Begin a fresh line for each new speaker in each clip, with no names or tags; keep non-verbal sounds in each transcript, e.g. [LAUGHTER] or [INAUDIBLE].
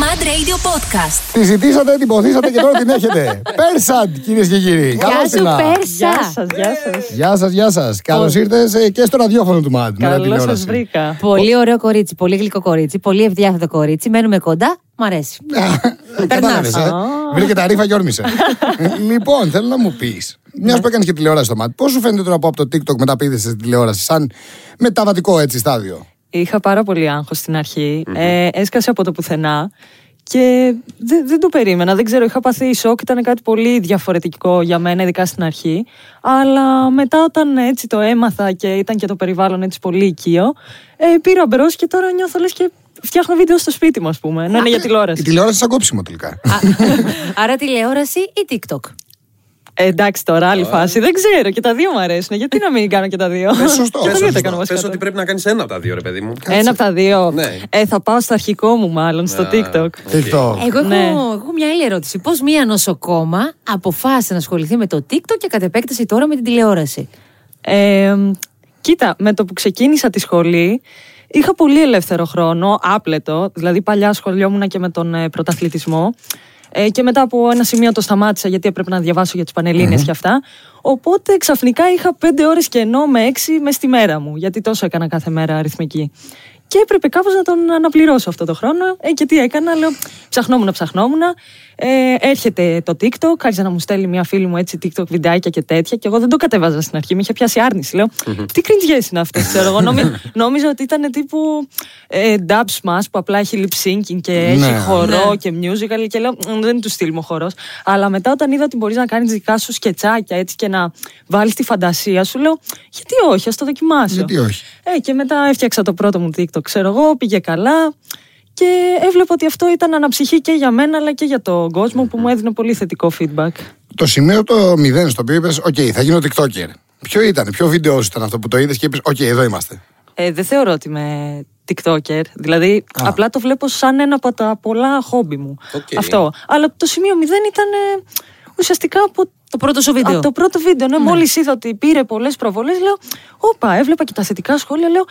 Mad Radio Podcast.
Τη ζητήσατε, την ποθήσατε και τώρα την
[LAUGHS]
έχετε. Πέρσαντ, κυρίες και κύριοι.
Γεια
Καλώς
σου,
ήλθα.
Πέρσα.
Γεια σας, γεια σας.
Γεια σας, γεια σας. Καλώς ήρθατε ε, και στο ραδιόφωνο του ΜΑΤ. με
Καλώ σα
ραδιοτηλεόραση. [LAUGHS]
βρήκα.
Πολύ ωραίο κορίτσι, πολύ γλυκό κορίτσι, πολύ ευδιάθετο κορίτσι. Μένουμε κοντά, μ' αρέσει.
Κατάλαβες. Ε. Βρήκε τα ρήφα και
[LAUGHS]
όρμησε. λοιπόν, θέλω να μου πεις,
Ναι.
μιας που έκανες και τηλεόραση στο ΜΑΤ, πώς σου φαίνεται τώρα που από το TikTok μεταπίδεσαι στην τηλεόραση, σαν μεταβατικό έτσι στάδιο.
Είχα πάρα πολύ άγχος στην αρχη Ε, έσκασε από το πουθενά και δεν, δεν το περίμενα. Δεν ξέρω, είχα πάθει σοκ. Ήταν κάτι πολύ διαφορετικό για μένα, ειδικά στην αρχή. Αλλά μετά, όταν έτσι το έμαθα και ήταν και το περιβάλλον έτσι πολύ οικείο, ε, πήρα μπρος και τώρα νιώθω λες και φτιάχνω βίντεο στο σπίτι μου, ας πούμε. Να είναι για
Η
τηλεόραση.
τηλεόραση σαν κόψιμο
[LAUGHS]
τελικά.
Άρα τηλεόραση ή TikTok.
Ε, εντάξει τώρα, άλλη φάση. Δεν ξέρω, και τα δύο μου αρέσουν. Γιατί να μην κάνω και τα δύο.
Ε, σωστό.
Και τα
Ε,
δύο τα
σωστό.
κάνω βασικά
Πες
τώρα.
ότι πρέπει να κάνεις ένα από τα δύο, ρε παιδί μου.
Ένα από τα δύο.
Ναι.
Ε, θα πάω στο αρχικό μου, μάλλον, στο
Α.
TikTok.
TikTok.
Εγώ έχω,
Ναι.
έχω μια άλλη ερώτηση. Πώς μία νοσοκόμα αποφάσισε να ασχοληθεί με το TikTok και κατ' επέκταση τώρα με την τηλεόραση.
Ε, κοίτα, με το που ξεκίνησα τη σχολή, είχα πολύ ελεύθερο χρόνο, άπλετο. Δηλαδή, παλιά σχολιόμουν και με τον ε, πρωταθλητισμό. Ε, και μετά από ένα σημείο το σταμάτησα γιατί έπρεπε να διαβάσω για τους πανελληνες και αυτά. Οπότε ξαφνικά είχα πέντε ώρες κενό με έξι μες στη μέρα μου, γιατί τόσο έκανα κάθε μέρα αριθμική. Και έπρεπε κάπως να τον αναπληρώσω αυτό το χρόνο. Ε, και τι έκανα, λέω, ψαχνόμουν, ψαχνόμουν. Ε, έρχεται το TikTok, άρχισε να μου στέλνει μια φίλη μου έτσι TikTok βιντεάκια και τέτοια. Και εγώ δεν το κατέβαζα στην αρχή, με είχε πιάσει άρνηση. Λέω, τι κριντιέ είναι αυτές, ξέρω εγώ. Νόμι, νόμιζα ότι ήταν τύπου ε, dub smash που απλά έχει lip syncing και έχει
Ναι.
χορό και musical. Και λέω, «Μ, δεν του στείλουμε χορός. Αλλά μετά όταν είδα ότι μπορείς να κάνεις δικά σου σκετσάκια έτσι και να βάλεις τη φαντασία σου, λέω, γιατί όχι, ας το δοκιμάσω.
Γιατί όχι.
Ε, και μετά έφτιαξα το πρώτο μου TikTok, ξέρω εγώ, πήγε καλά. Και έβλεπα ότι αυτό ήταν αναψυχή και για μένα, αλλά και για τον κόσμο που μου έδινε πολύ θετικό feedback.
Το σημείο το 0 στο οποίο είπες, Οκ, θα γίνω TikToker. Ποιο ήταν, ποιο βίντεο σου ήταν αυτό που το είδες και είπες, Οκ, εδώ είμαστε.
Ε, δεν θεωρώ ότι είμαι TikToker. Δηλαδή,
Α.
απλά το βλέπω σαν ένα από τα πολλά χόμπι μου.
Οκ.
Αυτό. Αλλά το σημείο 0 ήταν ε, ουσιαστικά από
Το πρώτο σου βίντεο.
Από το πρώτο βίντεο, ναι, μόλις είδα ότι πήρε πολλές προβολές, λέω: Όπα, έβλεπα και τα θετικά σχόλια. Λέω: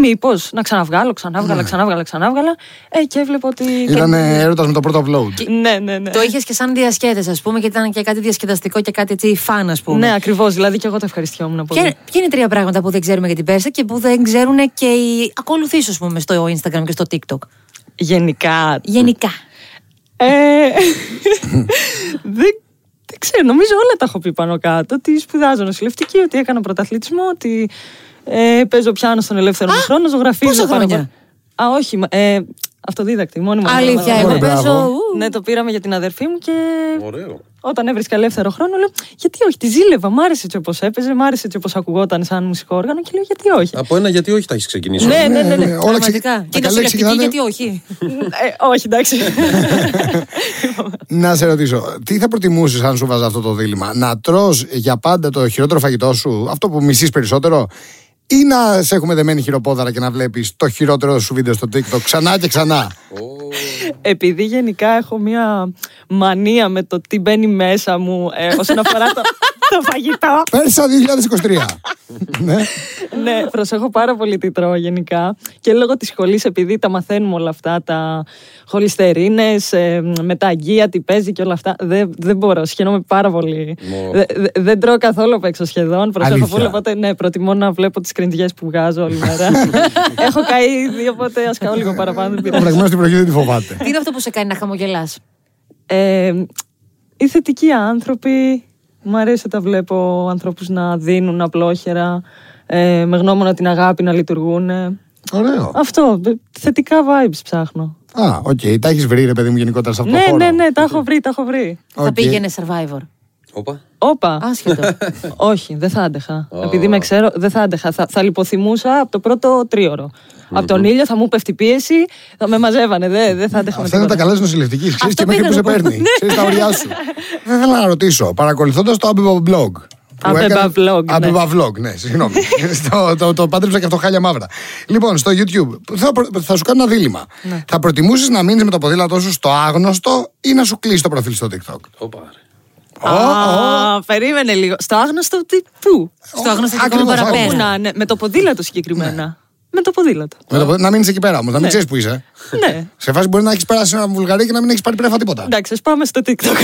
Μήπως να ξαναβγάλω,
Ναι.
ξανάβγαλα, ξανάβγαλα, ξανάβγαλα. Ε, και έβλεπα ότι.
Ήταν έρωτας με το πρώτο upload.
Ναι, ναι, ναι.
Το είχες και σαν διασκέδαση, ας πούμε, γιατί ήταν και κάτι διασκεδαστικό και κάτι έτσι φαν, ας πούμε.
Ναι, ακριβώς. Δηλαδή και εγώ το ευχαριστιόμουν πολύ.
Ποια, ποια είναι τρία πράγματα που δεν ξέρουμε για την Πέρσα και που δεν ξέρουν και οι ακολουθήσει, ας πούμε, στο Instagram και στο TikTok.
Γενικά.
Γενικά.
Ε, δεν, δεν ξέρω, νομίζω όλα τα έχω πει πάνω κάτω. Ότι σπουδάζω νοσηλευτική, ότι έκανα πρωταθλητισμό, ότι ε, παίζω πιάνο στον ελεύθερο μου χρόνο, ζωγραφίζω.
πόσα
πάνω-
χρόνια?
Α, όχι. μα- Ε, αυτοδίδακτη, μόνη μου.
Αλήθεια,
Ναι,
εγώ
Ωραία, μπράβο.
παίζω. ου.
Ναι, το πήραμε για την αδερφή μου και
Ωραίο.
όταν έβρισκα ελεύθερο χρόνο, λέω Γιατί όχι, τη ζήλευα. Μ' άρεσε έτσι όπως έπαιζε, μ' άρεσε έτσι όπως ακουγόταν σαν μουσικό όργανο και λέω Γιατί όχι.
Από ένα γιατί όχι θα έχεις ξεκινήσει.
ναι, ναι, ναι. ναι.
Ε, όλα ξεκι-
Πραγματικά.
τα
Και
καλά
το συλλεκτική,
ξεκινάνε-
γιατί
[LAUGHS]
όχι.
ε, όχι, [LAUGHS] εντάξει.
Να σε ρωτήσω, τι θα προτιμούσες αν σου βάζα αυτό το δίλημα, Να τρώ για πάντα το χειρότερο φαγητό σου, αυτό που μισείς περισσότερο, ή να σε έχουμε δεμένη χειροπόδαρα και να βλέπεις το χειρότερο σου βίντεο στο TikTok ξανά και ξανά.
Επειδή γενικά έχω μία μανία με το τι μπαίνει μέσα μου ε, όσον αφορά το, [LAUGHS] το φαγητό.
Πέρσα
[LAUGHS]
2023. ναι.
ναι, προσέχω πάρα πολύ τι τρώω γενικά. Και λόγω της σχολής, επειδή τα μαθαίνουμε όλα αυτά, τα χολυστερίνες, ε, με τα αγκία, τι παίζει και όλα αυτά. Δεν, δεν μπορώ, σχαινόμαι πάρα πολύ. Δε- δε- δεν τρώω καθόλου απ' έξω σχεδόν. Προσέχω
Αλήθεια.
πολύ, οπότε ναι, προτιμώ να βλέπω τις κριντιές που βγάζω όλη μέρα. Έχω καεί ήδη, οπότε ας καώ λίγο παραπάνω. δεν
Ο
πειράζει.
πραγμένο την προχή δεν τη φοβάται.
Τι είναι αυτό που σε κάνει να χαμογελάς.
Ε, οι θετικοί άνθρωποι, μου αρέσει όταν βλέπω ανθρώπους να δίνουν απλόχερα, ε, με γνώμονα την αγάπη να λειτουργούν.
Ωραίο.
Αυτό, δε- θετικά vibes ψάχνω.
Α, οκ, τα έχεις βρει ρε παιδί μου γενικότερα σε αυτό το
Ναι,
χώρο.
ναι, ναι, τα έχω βρει, τα έχω βρει.
Θα
Οκ.
πήγαινε survivor.
Όπα.
Όπα,
[LAUGHS]
Άσχετο.
[LAUGHS] όχι, δεν θα άντεχα. Επειδή με ξέρω, δεν θα άντεχα. Θα, θα λιποθυμούσα από το πρώτο τρίωρο. Από τον ήλιο θα μου πέφτει πίεση, θα με μαζεύανε. Δεν δεν θα άντεχα με
Αυτά είναι τα
τίποτα.
καλά της νοσηλευτικής. Ξέρεις και
Αυτό
μέχρι που
πήγα
σε
να πω.
παίρνει.
Ναι.
Ξέρεις τα ωριά σου. Δεν θέλω να ρωτήσω. Παρακολουθώντας το Abbeba Blog. που
Abbeba
έκανε-
Vlog, ναι.
Abbeba Vlog, ναι,
[LAUGHS]
συγγνώμη. Στο- το, το πάντρεψα και αυτό χάλια μαύρα. Λοιπόν, στο YouTube θα, προ- θα σου κάνω ένα δίλημα.
Ναι.
Θα προτιμούσες να μείνεις με το ποδήλατό σου στο άγνωστο ή να σου κλείσει το προφίλ στο TikTok.
Όπα. ρε.
Α, περίμενε λίγο. Στο άγνωστο τι, πού.
Στο άγνωστο και ακόμα
Ακριβώς,
παραπέρα.
άγνωστο.
Να, ναι, με το ποδήλατο συγκεκριμένα. με το ποδήλατο.
Με το πο- Να μείνει εκεί πέρα όμως, να μην ξέρεις που είσαι.
ναι.
Σε φάση μπορεί να έχεις περάσει ένα βουλγαρί και να μην έχεις πάρει πρέφα τίποτα.
Ναι,
Εντάξει, ας πάμε στο TikTok.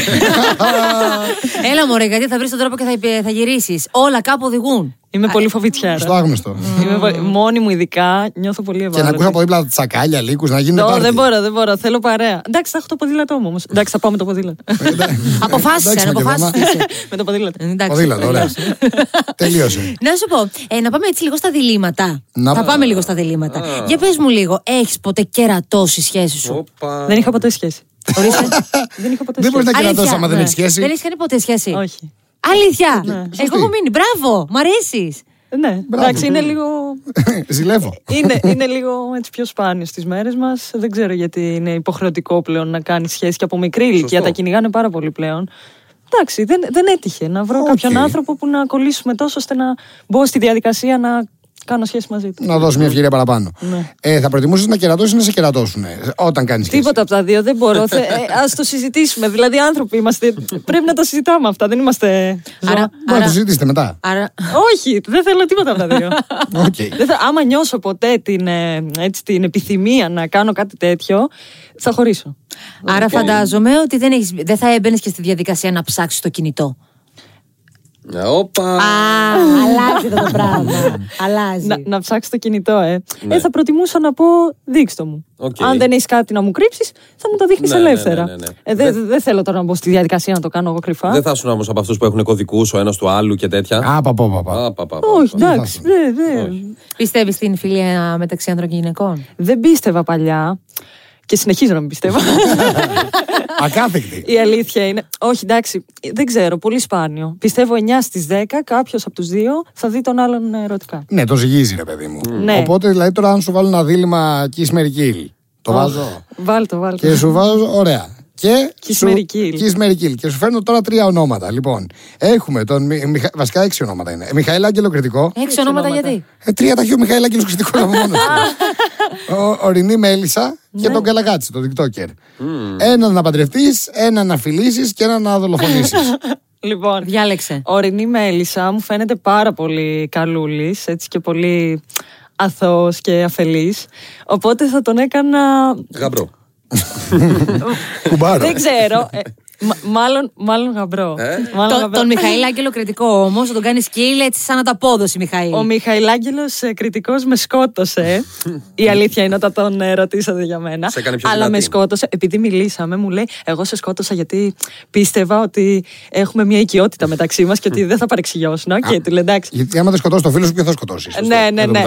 Έλα μωρέ, γιατί θα βρεις τον τρόπο και θα, θα γυρίσεις. Όλα κάπου οδηγούν.
Είμαι πολύ
Στο
φοβητσιάρα.
άγνωστο.
Είμαι πολύ... Μόνη μου ειδικά, νιώθω πολύ
Και να
ευάλωτη.
ακούσει
ναι.
από δίπλα τσακάλια, λύκους, να γίνει.
Ω,
πάρτι.
δεν μπορώ, δεν μπορώ. Θέλω παρέα. Εντάξει, θα έχω το ποδήλατό μου όμως. Εντάξει, θα πάω με το ποδήλατο.
Εντάξει,
[LAUGHS] Αποφάσισε,
Μακεδόνα. [LAUGHS]
αποφάσισε.
[LAUGHS] με το ποδήλατο.
Ε, εντάξει,
Ποδήλατο, ωραία.
τελειώσαμε.
[LAUGHS] Τελείωσε.
Να σου πω, ε, να πάμε έτσι λίγο στα διλήμματα.
Να-
Θα πάμε λίγο στα διλήμματα. Για πες μου λίγο, έχεις ποτέ κερατώσει σχέση σου.
Όπα.
Δεν είχα ποτέ σχέση.
Ορίστε.
Δεν είχα ποτέ
Δεν μπορείς
σχέση.
να
Αλήθεια.
κερατώσει άμα δεν
Ναι.
έχεις σχέση. Ναι.
Δεν έχεις κάνει ποτέ σχέση.
Όχι.
Αλήθεια.
Σωστή.
Εγώ έχω μείνει. Μπράβο, μ' αρέσεις.
Ναι, εντάξει, είναι λίγο.
[LAUGHS] Ζηλεύω.
Είναι, είναι λίγο έτσι πιο σπάνιος στι μέρες μας. Δεν ξέρω γιατί είναι υποχρεωτικό πλέον να κάνεις σχέση και από μικρή ηλικία. Τα κυνηγάνε πάρα πολύ πλέον. Εντάξει, δεν, δεν έτυχε να βρω
Οκ.
κάποιον άνθρωπο που να κολλήσουμε τόσο ώστε να μπω στη διαδικασία να κάνω σχέση μαζί τους.
Να δώσει μια ευκαιρία παραπάνω. Ε, θα προτιμούσες να κερατώσεις ή να σε κερατώσουν όταν κάνεις σχέση.
Ναι. Τίποτα από τα δύο δεν μπορώ. Θε- ε, ας το συζητήσουμε. Δηλαδή, άνθρωποι είμαστε. Πρέπει να τα συζητάμε αυτά. Δεν είμαστε. ζώα.
Άρα,
Μπορεί να το
άρα,
συζητήσετε μετά.
άρα,
Όχι, δεν θέλω τίποτα από τα δύο.
[LAUGHS] Οκ.
Δεν θα- άμα νιώσω ποτέ την, ε, έτσι, την επιθυμία να κάνω κάτι τέτοιο, θα χωρίσω.
άρα φαντάζομαι ότι δεν, έχεις, δεν θα έμπαινες και στη διαδικασία να ψάξεις το κινητό.
Α, Ναι, Όπα.
Α, αλλάζει το πράγμα. Αλλάζει.
Να, να ψάξει το κινητό, ε. ε. Θα προτιμούσα να πω δείξτο μου.
Ναι. Οκ.
Αν δεν έχεις κάτι να μου κρύψεις, θα μου το δείχνεις
Ναι, ναι, ναι,
ελεύθερα.
ναι, ναι.
Ε, δεν δεν θέλω τώρα να μπω στη διαδικασία να το κάνω εγώ κρυφά.
Δεν θα ήσουν όμως από αυτούς που έχουν κωδικούς ο ένας του άλλου και τέτοια.
Α, πα, πα, πα, πα.
Α, πα, πα, πα.
Όχι, εντάξει. Δεν δε,
Πιστεύεις στην φιλία μεταξύ άνδρων και γυναικών.
δεν πίστευα παλιά. Και συνεχίζω να μην
[LAUGHS]
πιστεύω.
Ακάθεκτη.
Η αλήθεια είναι. Όχι, εντάξει, δεν ξέρω, πολύ σπάνιο. Πιστεύω 9 στι 10 κάποιος από τους δύο θα δει τον άλλον ερωτικά.
Ναι, το ζυγίζει, ρε παιδί μου.
Ναι.
Οπότε, δηλαδή, τώρα αν σου βάλω ένα δίλημα kiss Mary Kill, το βάζω.
Βάλτο, βάλτο.
και σου βάζω, ωραία. Και
Kiss
σου-
Mary Kill.
Kiss Mary Kill. Και σου φέρνω τώρα τρία ονόματα. Λοιπόν, έχουμε τον. Μι- Μιχα- Βασικά έξι ονόματα είναι. Μιχαήλ Άγγελο Κρητικό.
Έξι ονόματα γιατί.
Ε, τρία τα έχει ο Μιχαήλ Άγγελος Κρητικό από μόνο. Ορεινή Μέλισσα και τον Καλαγάτσι, τον TikToker. Έναν να παντρευτείς, έναν να φιλήσεις και έναν να δολοφονήσεις.
[LAUGHS] Λοιπόν,
Διάλεξε.
ορεινή μέλισσα μου φαίνεται πάρα πολύ καλούλης, έτσι και πολύ αθώος και αφελής. Οπότε θα τον έκανα...
Γαμπρό.
Κουμπάρο.
Δεν ξέρω.
[LAUGHS]
ε, μα- μάλλον, μάλλον γαμπρό.
Ε?
Μάλλον
Το,
γαμπρό.
τον Μιχαήλ Άγγελο κριτικό όμως, τον κάνει σκύλ έτσι σαν ανταπόδοση, Μιχαήλ.
Ο Μιχαηλάγγελος ε, κριτικός με σκότωσε.
[LAUGHS]
Η αλήθεια είναι όταν τον ε, ρωτήσατε για μένα.
Σε έκανε πιο
αλλά
δυνατή.
με σκότωσε. Επειδή μιλήσαμε, μου λέει: Εγώ σε σκότωσα γιατί πίστευα ότι έχουμε μια οικειότητα μεταξύ μας και ότι δεν θα παρεξηγιώσουν. Οκ, του λέει εντάξει.
Γιατί άμα δεν σκοτώσει το φίλο σου, ποιο θα σκοτώσεις.
Ναι, ναι, ναι.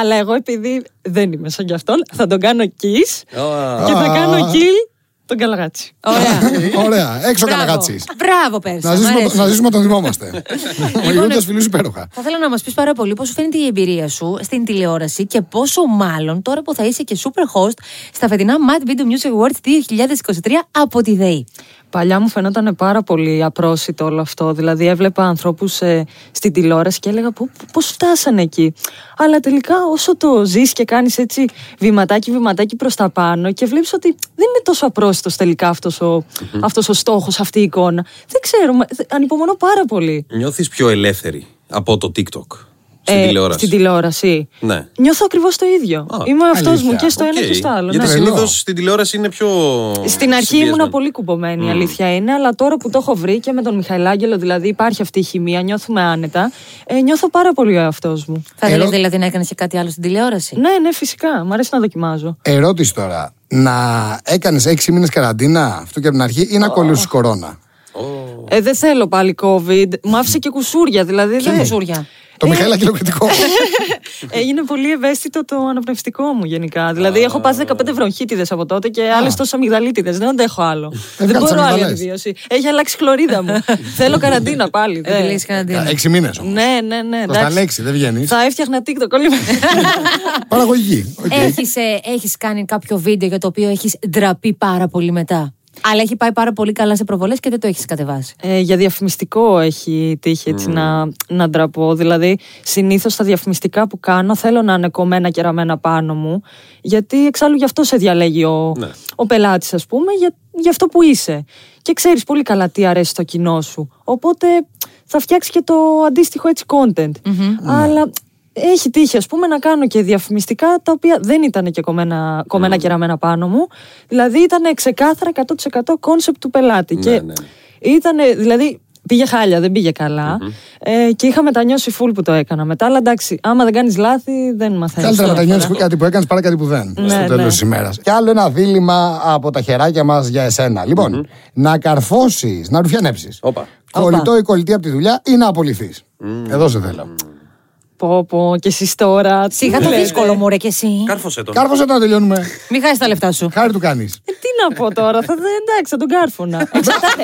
Αλλά εγώ επειδή δεν είμαι σαν κι αυτόν, θα τον κάνω kiss
Α.
και θα
Α.
κάνω kill τον καλαγάτσι.
Ωραία.
[LAUGHS] Ωραία, έξω
Μπράβο.
καλαγάτσι.
Μπράβο, Πέρσα.
Να
μ'
ζήσουμε,
αρέσει.
να ζήσουμε όταν
[LAUGHS]
θυμόμαστε.
Λοιπόν,
Ο Γιούντα φιλούς υπέροχα.
Θα ήθελα να μας πεις πάρα πολύ πώς σου φαίνεται η εμπειρία σου στην τηλεόραση και πόσο μάλλον τώρα που θα είσαι και super host στα φετινά Mad Video Music Awards 2023 από τη ΔΕΗ.
Παλιά μου φαινόταν πάρα πολύ απρόσιτο όλο αυτό. Δηλαδή, έβλεπα ανθρώπους στην τηλεόραση και έλεγα πώς φτάσανε εκεί. Αλλά τελικά, όσο το ζεις και κάνεις έτσι βηματάκι, βηματάκι προς τα πάνω και βλέπεις ότι δεν είναι τόσο απρόσιτος τελικά αυτός ο, αυτός ο στόχος, αυτή η εικόνα. Δεν ξέρω, μα- δε- ανυπομονώ πάρα πολύ.
Νιώθεις πιο ελεύθερη από το TikTok. Στην
Ε,
τηλεόραση.
Στην τηλεόραση.
Ναι.
Νιώθω ακριβώς το ίδιο.
Α,
Είμαι αυτός μου
αλήθεια.
και στο
Οκ.
ένα και στο άλλο.
Γιατί
ναι.
Τρελό.
συνήθως στην τηλεόραση είναι πιο.
Στην αρχή
συμπιεσμένη.
ήμουνα πολύ κουμπωμένη, η αλήθεια είναι, αλλά τώρα που το έχω βρει και με τον Μιχαηλάγγελο, δηλαδή υπάρχει αυτή η χημεία, νιώθουμε άνετα. Ε, νιώθω πάρα πολύ ο εαυτός μου.
Θα
Ερώ-
θέλει δηλαδή να έκανες και κάτι άλλο στην
Ε.
τηλεόραση.
Ναι, ναι, φυσικά. Μ' αρέσει να δοκιμάζω.
Ερώτηση τώρα. Να έκανες έξι μήνες καραντίνα αυτό και από την αρχή ή να κολλήσει κορώνα.
Ε, δεν θέλω πάλι COVID. Μ' άφησε και κουσούρια, δηλαδή.
Ποια
δεν-
κουσούρια.
Το Μιχαήλ Αγγελοκριτικό.
[LAUGHS] Ε, είναι πολύ ευαίσθητο το αναπνευστικό μου γενικά. Δηλαδή, έχω πάθει 15 βροχίτιδε από τότε και άλλες τόσο αμυγδαλίτιδες. Δεν αντέχω άλλο. δεν
Ε, κάτσε
μπορώ άλλη
αμυγδαλές.
επιβίωση. Έχει αλλάξει η χλωρίδα
[LAUGHS]
μου. θέλω καραντίνα πάλι.
Ε,
δεν-
Επιλύσεις κανένα
Έξι μήνες.
Ναι, ναι, ναι.
Στα
εντάξει.
λέξη δεν βγαίνει.
Θα έφτιαχνα TikTok όλη
[LAUGHS]
μέρα.
Παραγωγική. Οκ.
Έχεις, ε, έχεις κάνει κάποιο βίντεο για το οποίο έχεις ντραπεί πάρα πολύ μετά. Αλλά έχει πάει πάρα πολύ καλά σε προβολές και δεν το έχεις κατεβάσει.
Ε, για διαφημιστικό έχει τύχει έτσι να, να ντραπώ. Δηλαδή, συνήθως τα διαφημιστικά που κάνω θέλω να είναι κομμένα και ραμμένα πάνω μου. Γιατί εξάλλου γι' αυτό σε διαλέγει ο, ο πελάτης, ας πούμε, για, για αυτό που είσαι. Και ξέρεις πολύ καλά τι αρέσει στο κοινό σου. Οπότε θα φτιάξεις και το αντίστοιχο έτσι content. Αλλά έχει τύχει, ας πούμε, να κάνω και διαφημιστικά τα οποία δεν ήταν και κομμένα,
Ναι.
κομμένα και ραμμένα πάνω μου. Δηλαδή ήταν ξεκάθαρα 100% κόνσεπτ του πελάτη.
Ναι,
και
ναι, ναι.
ήταν, δηλαδή, πήγε χάλια, δεν πήγε καλά. Ε, και είχα μετανιώσει φουλ που το έκανα μετά. Αλλά εντάξει, άμα δεν κάνεις λάθη, δεν μαθαίνεις.
Καλύτερα να τα νιώθει κάτι που έκανες παρά κάτι που δεν.
Ναι,
στο τέλος
ναι.
της ημέρας. Και άλλο ένα δίλημα από τα χεράκια μας για εσένα. Λοιπόν, να καρφώσεις, να ρουφιανέψεις.
Όπα.
Κολλητό ή κολλητή από τη δουλειά ή να απολυθείς. Εδώ σε θέλω.
Πω, πω, και εσείς τώρα.
Σιγά
τι
το
Ναι,
λέτε.
δύσκολο μου, ρε και εσύ.
Κάρφωσε τον.
Κάρφωσε το να τελειώνουμε.
Μην χάσεις τα λεφτά
[LAUGHS]
σου.
Χάρη του κάνεις.
Ε, τι να πω τώρα, θα, εντάξει, θα τον κάρφωνα. Εξαρτάται.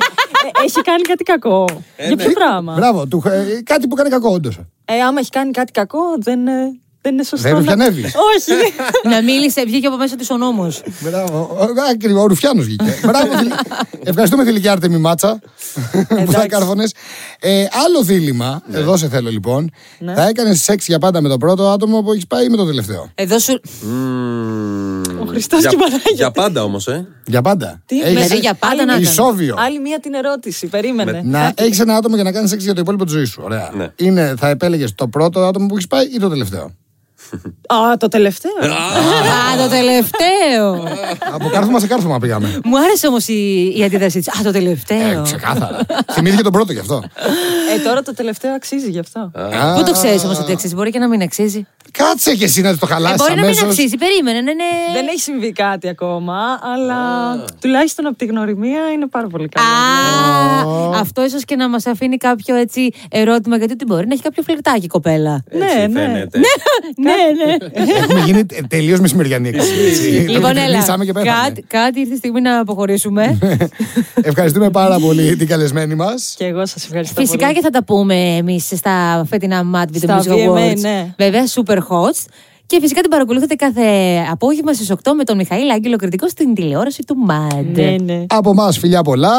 Ε, έχει κάνει κάτι κακό.
Ε,
Για
ναι.
ποιο πράγμα.
Μπράβο, του, ε, κάτι που κάνει κακό, όντως.
Ε, άμα έχει κάνει κάτι κακό, δεν, ε, δεν είναι σωστό.
Δεν
να-
ρουφιανεύει.
Όχι.
[LAUGHS]
να μίλησε, βγήκε από μέσα του ο νόμος.
Μπράβο. Ο- Ακριβώ, ο Ρουφιάνος βγήκε. Μπράβο. θηλυ- Ευχαριστούμε τη Λιγιά Αρτεμι Μάτσα που θα
Εντάξει.
κάρφωνε. άλλο δίλημα, εδώ σε θέλω λοιπόν. Θα έκανες σεξ για πάντα με το πρώτο άτομο που έχεις πάει ή με το τελευταίο.
Εδώ σου.
Ο Χριστός
για,
και η Παναγία.
για πάντα όμως, ε.
Για πάντα.
Τι,
Έχεις
με-
σεξ-
Ε, για πάντα να Ε.
έκανα.
Ισόβιο.
Άλλη μία την ερώτηση, περίμενε.
Να έχεις ένα άτομο για να κάνεις σεξ για το υπόλοιπο της ζωής σου. Ωραία.
Ναι.
Είναι, θα επέλεγες το πρώτο άτομο που έχεις πάει ή το
[LAUGHS]
τελευταίο.
Α, το τελευταίο.
Α, το τελευταίο.
Από κάρφωμα σε κάρφωμα πήγαμε.
Μου άρεσε όμως η, η αντίδρασή της. Α, το
Ε,
τελευταίο.
ξεκάθαρα. Θυμήθηκε τον πρώτο γι' αυτό.
ε, τώρα το τελευταίο αξίζει γι' αυτό.
Α,
Πού το ξέρεις όμως ότι αξίζει, μπορεί και να μην αξίζει.
Κάτσε και εσύ να το
Ε,
χαλάσει.
μπορεί να μην αξίζει, περίμενε, ναι, ναι.
Δεν έχει συμβεί κάτι ακόμα, αλλά τουλάχιστον από τη γνωριμία είναι πάρα πολύ καλό.
Α, αυτό ίσως και να μας αφήνει κάποιο έτσι ερώτημα, γιατί ότι μπορεί να έχει κάποιο φλερτάκι η κοπέλα.
ναι, ναι.
φαίνεται.
ναι, ναι.
Έχουμε γίνει τελείω
[LAUGHS]
μεσημεριανή εκπομπή, έτσι.
ε,
Λοιπόν,
Τελείως
έλα.
μιλήσαμε και πέθαμε.
Κάτι, κάτι ήρθε η στιγμή να αποχωρήσουμε.
[LAUGHS]
Ναι.
Ευχαριστούμε πάρα πολύ την καλεσμένη μας.
[LAUGHS]
και εγώ σας ευχαριστώ.
Φυσικά
πολύ.
και θα τα πούμε εμείς στα φετινά Mad Video
Στα
Music
VMA,
Awards.
ναι.
Βέβαια, super hot. Και φυσικά την παρακολουθείτε κάθε απόγευμα στις 8 με τον Μιχαήλ Άγγελο Κριτικό στην τηλεόραση του Mad.
Ναι, ναι.
Από εμάς φιλιά πολλά.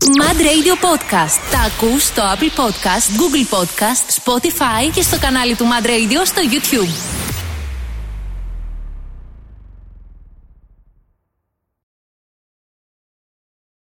Mad Radio Podcast. Τα ακούς στο Apple Podcast, Google Podcast, Spotify και στο κανάλι του Mad Radio στο YouTube.